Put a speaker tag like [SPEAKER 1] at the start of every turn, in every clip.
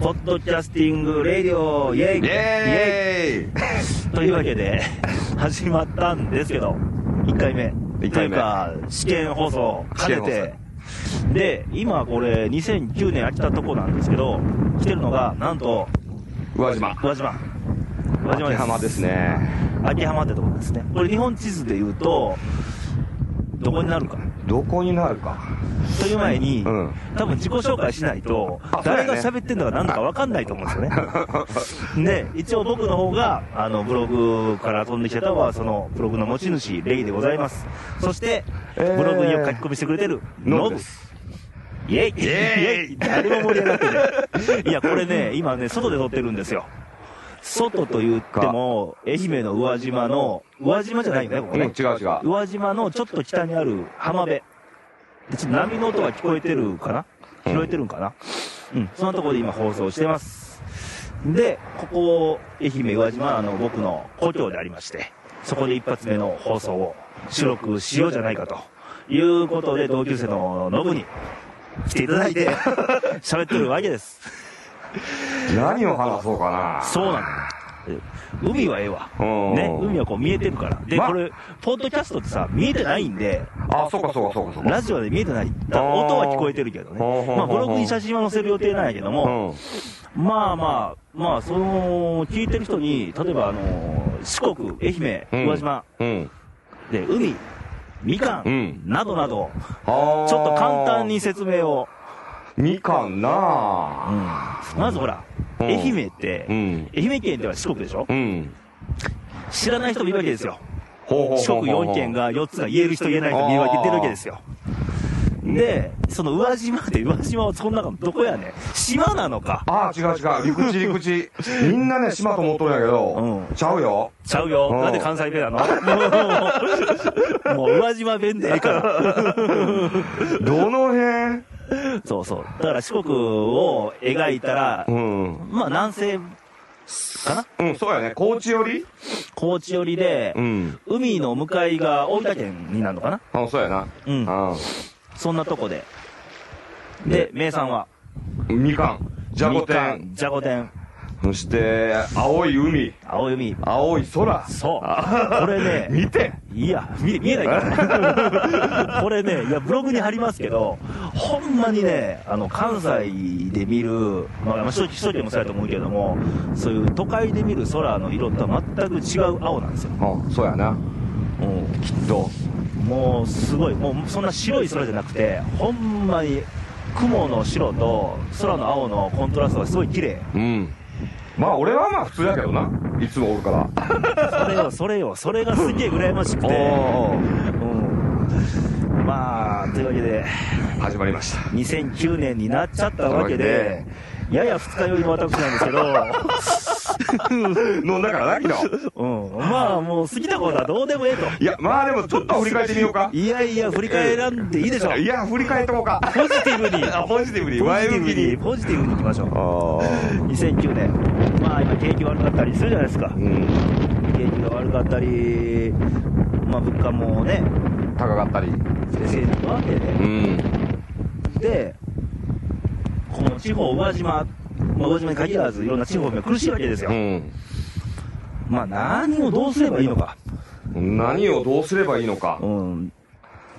[SPEAKER 1] ポッドキャスティングレディオイェイ
[SPEAKER 2] イエ
[SPEAKER 1] イというわけで 始まったんですけど1回目
[SPEAKER 2] 一回
[SPEAKER 1] と
[SPEAKER 2] 目
[SPEAKER 1] いうか試験放送兼ねてで今これ2009年飽きたとこなんですけど来てるのがなんと
[SPEAKER 2] ーイ宇和島
[SPEAKER 1] 宇和島宇和島
[SPEAKER 2] 秋
[SPEAKER 1] です
[SPEAKER 2] 浜ですね
[SPEAKER 1] 秋浜ってとこですねこれ日本地図で言うとどこになるか
[SPEAKER 2] どこになるか
[SPEAKER 1] という前に、
[SPEAKER 2] うん
[SPEAKER 1] 多分自己紹介しないと
[SPEAKER 2] あ、そうだ
[SPEAKER 1] 誰
[SPEAKER 2] ね
[SPEAKER 1] が喋ってんのか何だか分かんないと思うんですよ ね。で、一応僕の方が、あの、ブログから飛んできた方は、その、ブログの持ち主、レイでございます。そして、
[SPEAKER 2] えー
[SPEAKER 1] ブログによく書き込みしてくれてる、ノ
[SPEAKER 2] ノ
[SPEAKER 1] ブ
[SPEAKER 2] ブで。す
[SPEAKER 1] イェイイ
[SPEAKER 2] ェイ
[SPEAKER 1] ェイ誰も盛り上がって ない。いや、これね、今ね、外で撮ってるんですよ。外と言っても、愛媛の宇和島の、宇和島じゃないよね、ここ
[SPEAKER 2] うん違
[SPEAKER 1] ね
[SPEAKER 2] う。違う
[SPEAKER 1] 宇和島のちょっと北にある浜辺。でちょっと波の音が聞こえてるかな
[SPEAKER 2] うん
[SPEAKER 1] 拾えてるんかなうん。そんなところで今放送してます。で、ここ、愛媛宇和島、あの、僕の故郷でありまして、そこで一発目の放送を収録しようじゃないかと。いうことで、同級生のノブに来ていただいて、 喋ってるわけです。
[SPEAKER 2] 何を話そうかな
[SPEAKER 1] そうなの。海はええわ。
[SPEAKER 2] うん
[SPEAKER 1] ね、海はこう見えてるから。で、
[SPEAKER 2] ま
[SPEAKER 1] これ、ポッドキャストってさ、見えてないんで、
[SPEAKER 2] あそうかそうかそうかそうか
[SPEAKER 1] ラジオで見えてない。だから
[SPEAKER 2] あー
[SPEAKER 1] 音は聞こえてるけどね。
[SPEAKER 2] ほうほうほう
[SPEAKER 1] まあ、ブログに写真は載せる予定なんやけども、
[SPEAKER 2] うん
[SPEAKER 1] まあまあ、まあ、その、聞いてる人に、例えば、あのー四国、愛
[SPEAKER 2] う
[SPEAKER 1] 媛、
[SPEAKER 2] ん
[SPEAKER 1] 宇和島、
[SPEAKER 2] うん
[SPEAKER 1] で、海、みか
[SPEAKER 2] うんん、
[SPEAKER 1] などなど、
[SPEAKER 2] ちょ
[SPEAKER 1] ちょっと簡単に説明を。
[SPEAKER 2] みかんな
[SPEAKER 1] まずほら、
[SPEAKER 2] うん
[SPEAKER 1] 愛媛って、
[SPEAKER 2] うん
[SPEAKER 1] 愛媛県では四国でしょ
[SPEAKER 2] うん
[SPEAKER 1] 知らない人もいるわけですよ。
[SPEAKER 2] ほうほうほうほう
[SPEAKER 1] 四国4県が4つが言える人言えない人見分けてるわけですよ。で、その宇和島って、宇和島はその中のどこやねん島なのか
[SPEAKER 2] あー違う違う陸地陸地みんなね島と思っとるんやけど
[SPEAKER 1] うん
[SPEAKER 2] ちゃうよ
[SPEAKER 1] ちゃうよ。
[SPEAKER 2] うん
[SPEAKER 1] なんで関西弁なのもう、もう宇和島弁でええから。
[SPEAKER 2] どの辺
[SPEAKER 1] そうそう。だから四国を描いたら
[SPEAKER 2] う、ん
[SPEAKER 1] まあ南西かな
[SPEAKER 2] うんそうやね高知より
[SPEAKER 1] 高知寄りで
[SPEAKER 2] う、ん
[SPEAKER 1] 海の向かいが大分県になるのかな
[SPEAKER 2] あそうやな
[SPEAKER 1] うん。
[SPEAKER 2] う
[SPEAKER 1] そんなとこで。で、名産は
[SPEAKER 2] んみかんじゃこ
[SPEAKER 1] みか
[SPEAKER 2] 天
[SPEAKER 1] んじゃこ天。
[SPEAKER 2] そして青い海
[SPEAKER 1] 青い海。
[SPEAKER 2] 青い空
[SPEAKER 1] そう。これね、
[SPEAKER 2] 見て
[SPEAKER 1] いや、見見えないから。これね、いや、ブログに貼りますけど、ほんまにね、あの、関西で見る、まあ、まあ、正直一人でもそうやと思うけども、そういう都会で見る空の色とは全く違う青なんですよ。
[SPEAKER 2] あそうやな
[SPEAKER 1] うん
[SPEAKER 2] きっと
[SPEAKER 1] もう、すごい、もう、そんな白い空じゃなくて、ほんまに、雲の白と空の青のコントラストがすごい綺麗。
[SPEAKER 2] うんまあ俺はまあ普通やけどないつもおるから
[SPEAKER 1] それよ、それよ、それがすげえ羨ましく
[SPEAKER 2] お
[SPEAKER 1] て。
[SPEAKER 2] ー
[SPEAKER 1] うん。まあ、というわけで、
[SPEAKER 2] 始まりました
[SPEAKER 1] 2009年になっちゃったわけで、やや二日酔いの私なんです け
[SPEAKER 2] 飲んだからな昨日
[SPEAKER 1] ど、うん、まあもう過ぎたことはどうでもええと。
[SPEAKER 2] いやまあでもちょっと振り返ってみようか
[SPEAKER 1] いやいや、振り返らんでいいでしょう。
[SPEAKER 2] いや振り返っとこうか
[SPEAKER 1] ポジティブに、
[SPEAKER 2] あ
[SPEAKER 1] ポ
[SPEAKER 2] ポジティブに
[SPEAKER 1] ジテ
[SPEAKER 2] 前
[SPEAKER 1] ィ
[SPEAKER 2] 向
[SPEAKER 1] ブ
[SPEAKER 2] き
[SPEAKER 1] に、
[SPEAKER 2] に
[SPEAKER 1] ポジティブにいきましょう。
[SPEAKER 2] ああ
[SPEAKER 1] 2009年、まあ今景気悪かったりするじゃないですか
[SPEAKER 2] う。ん
[SPEAKER 1] 景気が悪かったり、まあ物価もね、
[SPEAKER 2] 高かったり
[SPEAKER 1] 先生不安定で。
[SPEAKER 2] うん
[SPEAKER 1] で、この地方、宇和島、まあ宇和島に限らず、いろんな地方が苦しいわけですよ。まあ、何をどうすればいいのか。
[SPEAKER 2] うん何をどうすればいいのか
[SPEAKER 1] うん。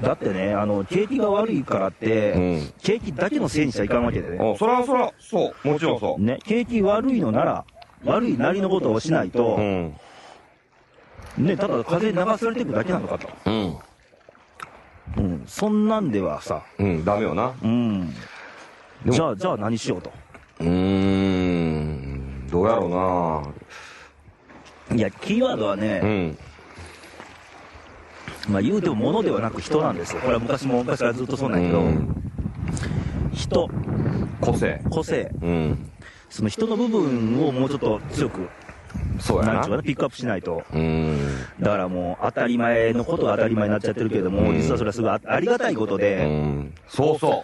[SPEAKER 1] だってね、あの、景気が悪いからって、
[SPEAKER 2] うん
[SPEAKER 1] 景気だけのせいにしちゃいかんわけでね。
[SPEAKER 2] あそらそらそうもちろんそ
[SPEAKER 1] ね、景気悪いのなら、悪いなりのことをしないうと、
[SPEAKER 2] ん
[SPEAKER 1] ね、ただ風に流されていくだけなのかと。
[SPEAKER 2] うん
[SPEAKER 1] うん。そんなんではさ、
[SPEAKER 2] うんダメよな
[SPEAKER 1] うん。
[SPEAKER 2] でも
[SPEAKER 1] じゃあ、じゃあ何しようと。
[SPEAKER 2] うーんどうやろうない
[SPEAKER 1] や、キーワードはね、
[SPEAKER 2] うん
[SPEAKER 1] まあ言うても物ではなく人なんですよ。これは昔も昔からずっとそうなんやけど、
[SPEAKER 2] うん
[SPEAKER 1] 人、
[SPEAKER 2] 個性
[SPEAKER 1] 個性、
[SPEAKER 2] うん
[SPEAKER 1] その人の部分をもうちょっと強く、
[SPEAKER 2] そうや
[SPEAKER 1] なん
[SPEAKER 2] な
[SPEAKER 1] ちゅうかな、ピックアップしないと。
[SPEAKER 2] うん
[SPEAKER 1] だからもう当たり前のことは当たり前になっちゃってるけども、
[SPEAKER 2] うん
[SPEAKER 1] 実はそれはすごいあありがたいこと
[SPEAKER 2] う
[SPEAKER 1] で、
[SPEAKER 2] んそうそ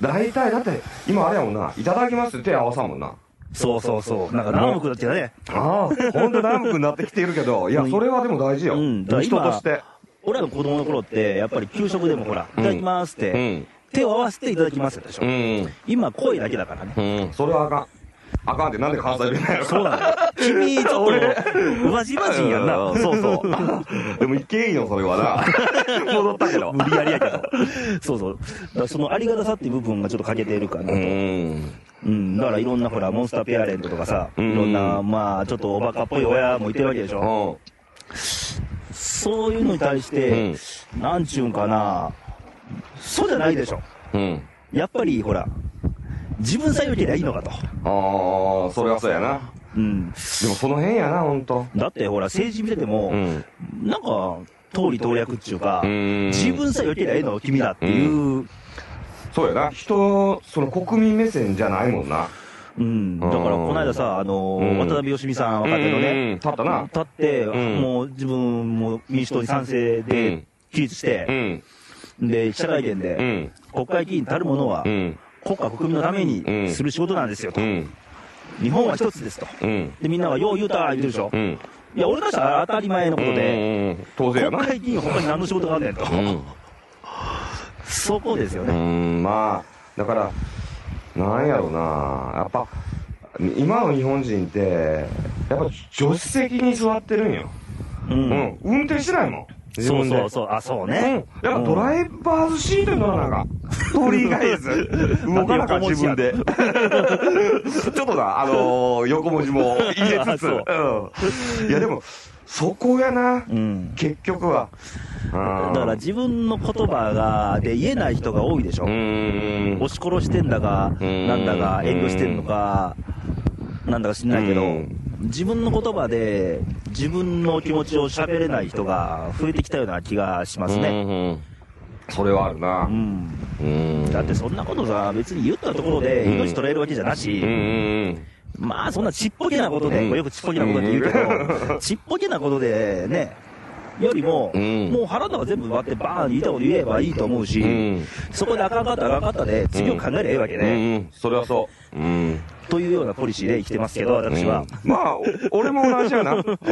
[SPEAKER 2] う大体だって今あれやもんないただきますって手合わさんもんな
[SPEAKER 1] そうそうそう、なんか南北だってね、
[SPEAKER 2] ああ本当南国になってきているけどいやそれはでも大事よ、
[SPEAKER 1] うんだから
[SPEAKER 2] 人
[SPEAKER 1] 今
[SPEAKER 2] として
[SPEAKER 1] 俺らの子供の頃って、やっぱり給食でもほら、い
[SPEAKER 2] うん
[SPEAKER 1] ただきますって、
[SPEAKER 2] うん
[SPEAKER 1] 手を合わせていただきますでしょ。
[SPEAKER 2] ん
[SPEAKER 1] 今、声だけだからね。
[SPEAKER 2] うんそれはあかあかんって、なんで関西弁なんやろ。
[SPEAKER 1] そうなんだよ。君、ちょ っと、宇和島人やんな。
[SPEAKER 2] うん
[SPEAKER 1] そうそう。
[SPEAKER 2] でも、いけいの、それは な。戻ったけど。
[SPEAKER 1] 無理やりやけど。そうそう。だからそのありがたさっていう部分がちょっと欠けてるか
[SPEAKER 2] う
[SPEAKER 1] なと。
[SPEAKER 2] ーん。
[SPEAKER 1] うん。だからいろんなほら、モンスターペアレントとかさ、い
[SPEAKER 2] うん
[SPEAKER 1] ろんな、まあ、ちょっとおバカっぽい親もいてるわけでし
[SPEAKER 2] う
[SPEAKER 1] ょ。
[SPEAKER 2] ん。
[SPEAKER 1] そういうのに対して、なんちゅうんかな、そうじゃないでしょ。
[SPEAKER 2] うん。
[SPEAKER 1] やっぱり、ほら、自分さえ良ければいいのかと。
[SPEAKER 2] ああ、それはそうやな。
[SPEAKER 1] うん。
[SPEAKER 2] でもその辺やな、ほんと。
[SPEAKER 1] だってほら、政治見てても、
[SPEAKER 2] ん。
[SPEAKER 1] なんか、通り通略っていうか、
[SPEAKER 2] うん
[SPEAKER 1] 自分さえ良ければええの、君だっていう、うん、
[SPEAKER 2] そうやな。人、その国民目線じゃないもんな。
[SPEAKER 1] だから、この間さ、あの、
[SPEAKER 2] うん
[SPEAKER 1] 渡辺良美さん、若手の
[SPEAKER 2] うんうん
[SPEAKER 1] ね、
[SPEAKER 2] うん立ったな。
[SPEAKER 1] 立って、
[SPEAKER 2] うん
[SPEAKER 1] もう自分も民主党に賛成
[SPEAKER 2] う
[SPEAKER 1] で
[SPEAKER 2] ん、
[SPEAKER 1] 起立して、
[SPEAKER 2] ん。
[SPEAKER 1] で、記者会見
[SPEAKER 2] う
[SPEAKER 1] で、
[SPEAKER 2] ん。
[SPEAKER 1] 国会議員たるものは
[SPEAKER 2] う、ん。
[SPEAKER 1] 国家国民のためにする仕事なんですよと
[SPEAKER 2] う。ん。
[SPEAKER 1] 日本は一つですと。
[SPEAKER 2] うん。
[SPEAKER 1] で、みんなが、よう言うた、言うてるでしょ
[SPEAKER 2] う。ん。
[SPEAKER 1] いや、俺からしたら当たり前のことで、
[SPEAKER 2] うん。当然や
[SPEAKER 1] 国
[SPEAKER 2] な。
[SPEAKER 1] 会議員、他に何の仕事があんねんと。
[SPEAKER 2] うん。
[SPEAKER 1] そこですよ
[SPEAKER 2] う
[SPEAKER 1] ね。
[SPEAKER 2] ん、まあ、だから、なんやろうな、やっぱ、今の日本人って、やっぱ助手席に座ってるんよ。
[SPEAKER 1] う。
[SPEAKER 2] うんん、運転してないもん。自
[SPEAKER 1] そう
[SPEAKER 2] 分で
[SPEAKER 1] そうそう、あ、そう
[SPEAKER 2] うん、
[SPEAKER 1] ね。
[SPEAKER 2] やっぱドライバーズシートに乗らなあかん。とりあえず、 動かなあかん
[SPEAKER 1] 横持
[SPEAKER 2] 自
[SPEAKER 1] ちや
[SPEAKER 2] 分で。ちょっとな、あのー横文字も入 れつつ。
[SPEAKER 1] そう
[SPEAKER 2] うん。いや、でも、そこやな、
[SPEAKER 1] うん。
[SPEAKER 2] 結局は。
[SPEAKER 1] だ
[SPEAKER 2] だ
[SPEAKER 1] から自分の言葉が、で言えない人が多いでしょ。
[SPEAKER 2] ん
[SPEAKER 1] 押し殺してんだか、
[SPEAKER 2] うん
[SPEAKER 1] なんだか、遠慮してんのか、なんだか知んないけど
[SPEAKER 2] うん、
[SPEAKER 1] 自分の言葉で、自分の気持ちを喋れない人が増えてきたような気がしますね。
[SPEAKER 2] ね。それはあるな
[SPEAKER 1] う。ん。
[SPEAKER 2] うん
[SPEAKER 1] だってそんなことさ、別に言ったところで
[SPEAKER 2] うん
[SPEAKER 1] 命取れるわけじゃなし
[SPEAKER 2] うん、うん
[SPEAKER 1] まあそんなちっぽけなことで、
[SPEAKER 2] うん
[SPEAKER 1] これよくちっぽけなことって言うけど、ちっぽけなことでね、よりも、
[SPEAKER 2] うん
[SPEAKER 1] もう腹の中全部割ってバーン言いたこと言えばいいと思うし、
[SPEAKER 2] うん
[SPEAKER 1] そこであかんかったらあかんかったで、次を考えればいいわけ
[SPEAKER 2] う
[SPEAKER 1] ね、
[SPEAKER 2] んうんそれはそう。うん。
[SPEAKER 1] というようなポリシーで生きてますけど、私は。
[SPEAKER 2] うん。まあ、お俺も同じやな。 うん。
[SPEAKER 1] だか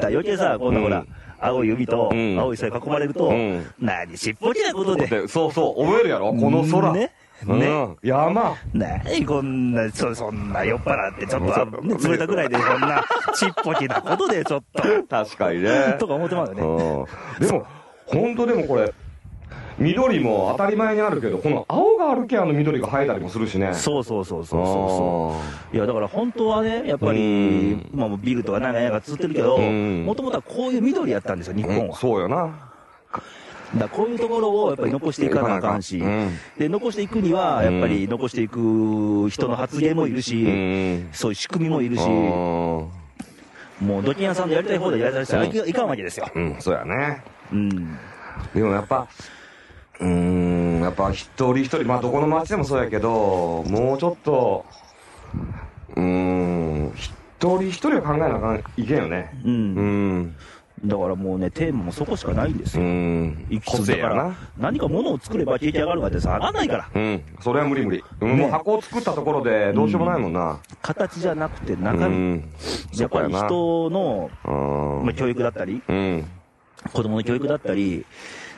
[SPEAKER 1] ら余計さ、こんなほら、
[SPEAKER 2] うん
[SPEAKER 1] 青い海と
[SPEAKER 2] うん
[SPEAKER 1] 青い空に囲まれると、
[SPEAKER 2] うん
[SPEAKER 1] 何ちっぽけなことで、
[SPEAKER 2] でそうそう、思えるやろこの空。
[SPEAKER 1] ね
[SPEAKER 2] うん
[SPEAKER 1] ね。
[SPEAKER 2] 山。
[SPEAKER 1] 何こんな、そそんな酔っ払って、ちょっとあ
[SPEAKER 2] うん
[SPEAKER 1] 潰れたぐらいで、そんなちっぽけなことで、ちょっと。
[SPEAKER 2] 確かにね。
[SPEAKER 1] とか思ってますよね。
[SPEAKER 2] うん。でも、ほんとでもこれ、緑も当たり前にあるけど、この青があるけあの緑が生えたりもするしね。
[SPEAKER 1] そうそうそうそうそうう。いや、だから本当はね、やっぱ
[SPEAKER 2] う
[SPEAKER 1] り
[SPEAKER 2] ん、
[SPEAKER 1] まあもうビルとかなんかやんかつってるけど、
[SPEAKER 2] うん
[SPEAKER 1] もともとはこういう緑やったんですよ、日本
[SPEAKER 2] ん
[SPEAKER 1] は。
[SPEAKER 2] そうよな。
[SPEAKER 1] だからこういうところをやっぱり残していかなあかんし
[SPEAKER 2] う、ん
[SPEAKER 1] で、残していくには、やっぱり残していく人の発言もいる
[SPEAKER 2] う
[SPEAKER 1] し、
[SPEAKER 2] ん。
[SPEAKER 1] そういう仕組みもいるし、
[SPEAKER 2] うん
[SPEAKER 1] もう土器屋さんでやりたい方でやらせたらいかいかんわけですよ。
[SPEAKER 2] うん、そうやね。
[SPEAKER 1] うん。
[SPEAKER 2] でもやっぱ、うーん、やっぱ一人一人、まあどこの町でもそうやけど、もうちょっと、うーん、一人一人を考えなあかんいけんよね。
[SPEAKER 1] う
[SPEAKER 2] うんーん、
[SPEAKER 1] だからもうね、テーマもそこしかないんです
[SPEAKER 2] うー
[SPEAKER 1] よ。
[SPEAKER 2] ん、
[SPEAKER 1] き
[SPEAKER 2] 個
[SPEAKER 1] そう
[SPEAKER 2] 性
[SPEAKER 1] だか
[SPEAKER 2] や
[SPEAKER 1] ら
[SPEAKER 2] な。、
[SPEAKER 1] 何か物を作れば出来上がるまでさ、上がらないから。
[SPEAKER 2] うん、それは無理無理。う
[SPEAKER 1] ね
[SPEAKER 2] んもう箱を作ったところでどうしようもないもんな。
[SPEAKER 1] 形じゃなくて
[SPEAKER 2] う
[SPEAKER 1] 中身。
[SPEAKER 2] ん、
[SPEAKER 1] やっぱり人の、
[SPEAKER 2] う
[SPEAKER 1] まあ、
[SPEAKER 2] ん、
[SPEAKER 1] 教育だったり、
[SPEAKER 2] うん、
[SPEAKER 1] 子供の教育だったり、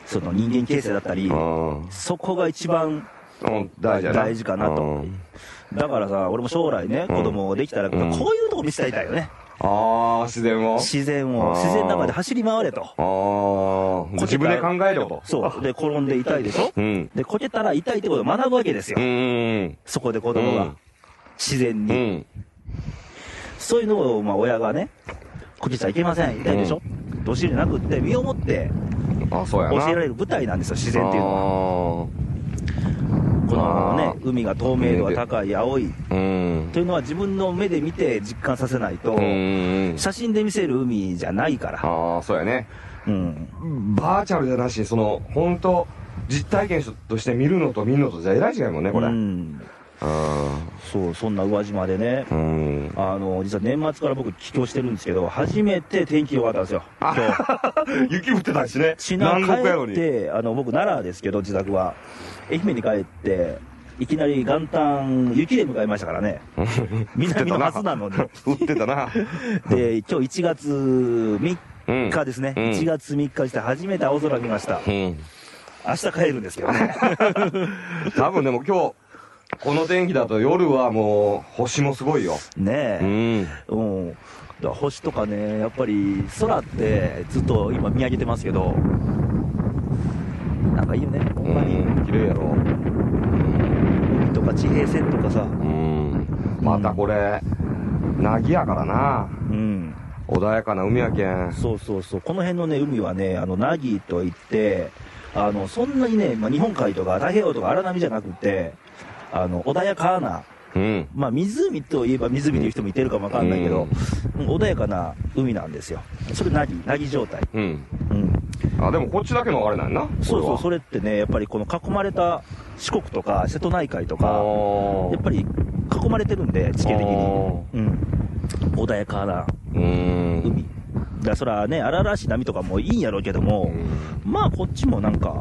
[SPEAKER 1] その人間形成だったり、
[SPEAKER 2] うん
[SPEAKER 1] そこが一番、
[SPEAKER 2] うん大事やな。
[SPEAKER 1] 大事かなと
[SPEAKER 2] うん
[SPEAKER 1] だからさ、俺も将来ね、
[SPEAKER 2] うん
[SPEAKER 1] 子供ができたら、こう
[SPEAKER 2] うん
[SPEAKER 1] いうとこ見せたいだよね。
[SPEAKER 2] ああ、自然を。
[SPEAKER 1] 自然
[SPEAKER 2] う
[SPEAKER 1] を、
[SPEAKER 2] ん
[SPEAKER 1] 自然の中で走り回れと。
[SPEAKER 2] ああ、自分で考えろと。
[SPEAKER 1] そう。で、転んで痛いでしょ
[SPEAKER 2] うん、
[SPEAKER 1] で、こけたら痛いってことを学ぶわけですよ
[SPEAKER 2] う。ん、
[SPEAKER 1] そこで子供
[SPEAKER 2] う
[SPEAKER 1] が
[SPEAKER 2] ん。
[SPEAKER 1] 自然
[SPEAKER 2] う
[SPEAKER 1] に。
[SPEAKER 2] ん。
[SPEAKER 1] そういうのを、まあ、親がね、こけちゃいけません、痛いでしょどしりじゃなくって、身をもって
[SPEAKER 2] あ、そうや
[SPEAKER 1] 教
[SPEAKER 2] な。
[SPEAKER 1] えられる舞台なんですよ、自然っていうのは。このね
[SPEAKER 2] あ、ー
[SPEAKER 1] 海が透明度が高い、青い。
[SPEAKER 2] あーうん。
[SPEAKER 1] というのは自分の目で見て実感させないと
[SPEAKER 2] う、ん。
[SPEAKER 1] 写真で見せる海じゃないから。
[SPEAKER 2] ああ、そうやね。
[SPEAKER 1] うん。
[SPEAKER 2] バーチャルじゃなし、その、本当実体験として見るのと見るのとじゃえらい違いもんね、これ。
[SPEAKER 1] う
[SPEAKER 2] うん。
[SPEAKER 1] んそう、そんな宇和島でね、
[SPEAKER 2] うん。
[SPEAKER 1] あの、実は年末から僕帰郷してるんですけど、初めて天気良かったんですよ。今日。
[SPEAKER 2] 雪降ってたしね。
[SPEAKER 1] ちな
[SPEAKER 2] 南国やの
[SPEAKER 1] 帰っ
[SPEAKER 2] に。
[SPEAKER 1] て、あの、僕奈良ですけど、自宅は。愛媛に帰って、いきなり元旦、雪で迎えましたからね。南のはずなのに。
[SPEAKER 2] 降ってたな。
[SPEAKER 1] で、今日1月3
[SPEAKER 2] うん。
[SPEAKER 1] 日ですね。
[SPEAKER 2] うん
[SPEAKER 1] 1月3日にして初めて青空見ました。
[SPEAKER 2] うん。
[SPEAKER 1] 明日帰るんですけどね。
[SPEAKER 2] 多分でも今日、この天気だと夜はもう、星もすごいよ。
[SPEAKER 1] ね
[SPEAKER 2] う
[SPEAKER 1] え、
[SPEAKER 2] ん。
[SPEAKER 1] うん、だから星とかね、やっぱり空ってずっと今見上げてますけど、なんかいいよね、ほ
[SPEAKER 2] うん
[SPEAKER 1] まに、
[SPEAKER 2] ん、綺麗やろ。
[SPEAKER 1] 海とか地平線とかさ、
[SPEAKER 2] うん。またこれ、なぎやからな。
[SPEAKER 1] うん、
[SPEAKER 2] 穏やかな海やけん。
[SPEAKER 1] そうそうそう、この辺のね、海はね、あの、ナギといって、あの、そんなにね、まあ、日本海とか太平洋とか荒波じゃなくて、あの、穏やかな、
[SPEAKER 2] うん。
[SPEAKER 1] まあ、湖といえば湖という人もいてるかもわかんないけど、うん穏やかな海なんですよ。それナギ、ナギ状態。
[SPEAKER 2] うん。
[SPEAKER 1] うん。
[SPEAKER 2] あ、でもこっちだけのあれなんやな。
[SPEAKER 1] そうそう、そ
[SPEAKER 2] れ
[SPEAKER 1] れってね、やっぱりこの囲まれた四国とか瀬戸内海とか、
[SPEAKER 2] は。
[SPEAKER 1] やっぱり囲まれてるんで、地形的に。うん。穏やかな
[SPEAKER 2] あーうん。
[SPEAKER 1] 海。だからそらね、荒々しい波とかもいいんやろうけども、まあこっちもなんか、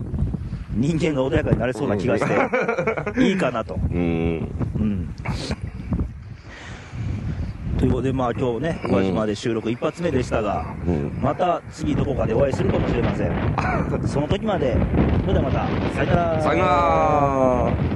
[SPEAKER 1] 人間が穏やかになれそうな気がして、いいかなと。
[SPEAKER 2] うん。
[SPEAKER 1] うん。ということで、まあ今日ね、
[SPEAKER 2] うん
[SPEAKER 1] 宇和島で収録一発目でしたが、
[SPEAKER 2] うん。
[SPEAKER 1] また次どこかでお会いするかもしれません。その時まで、それではまた、さよなら。
[SPEAKER 2] さよなら。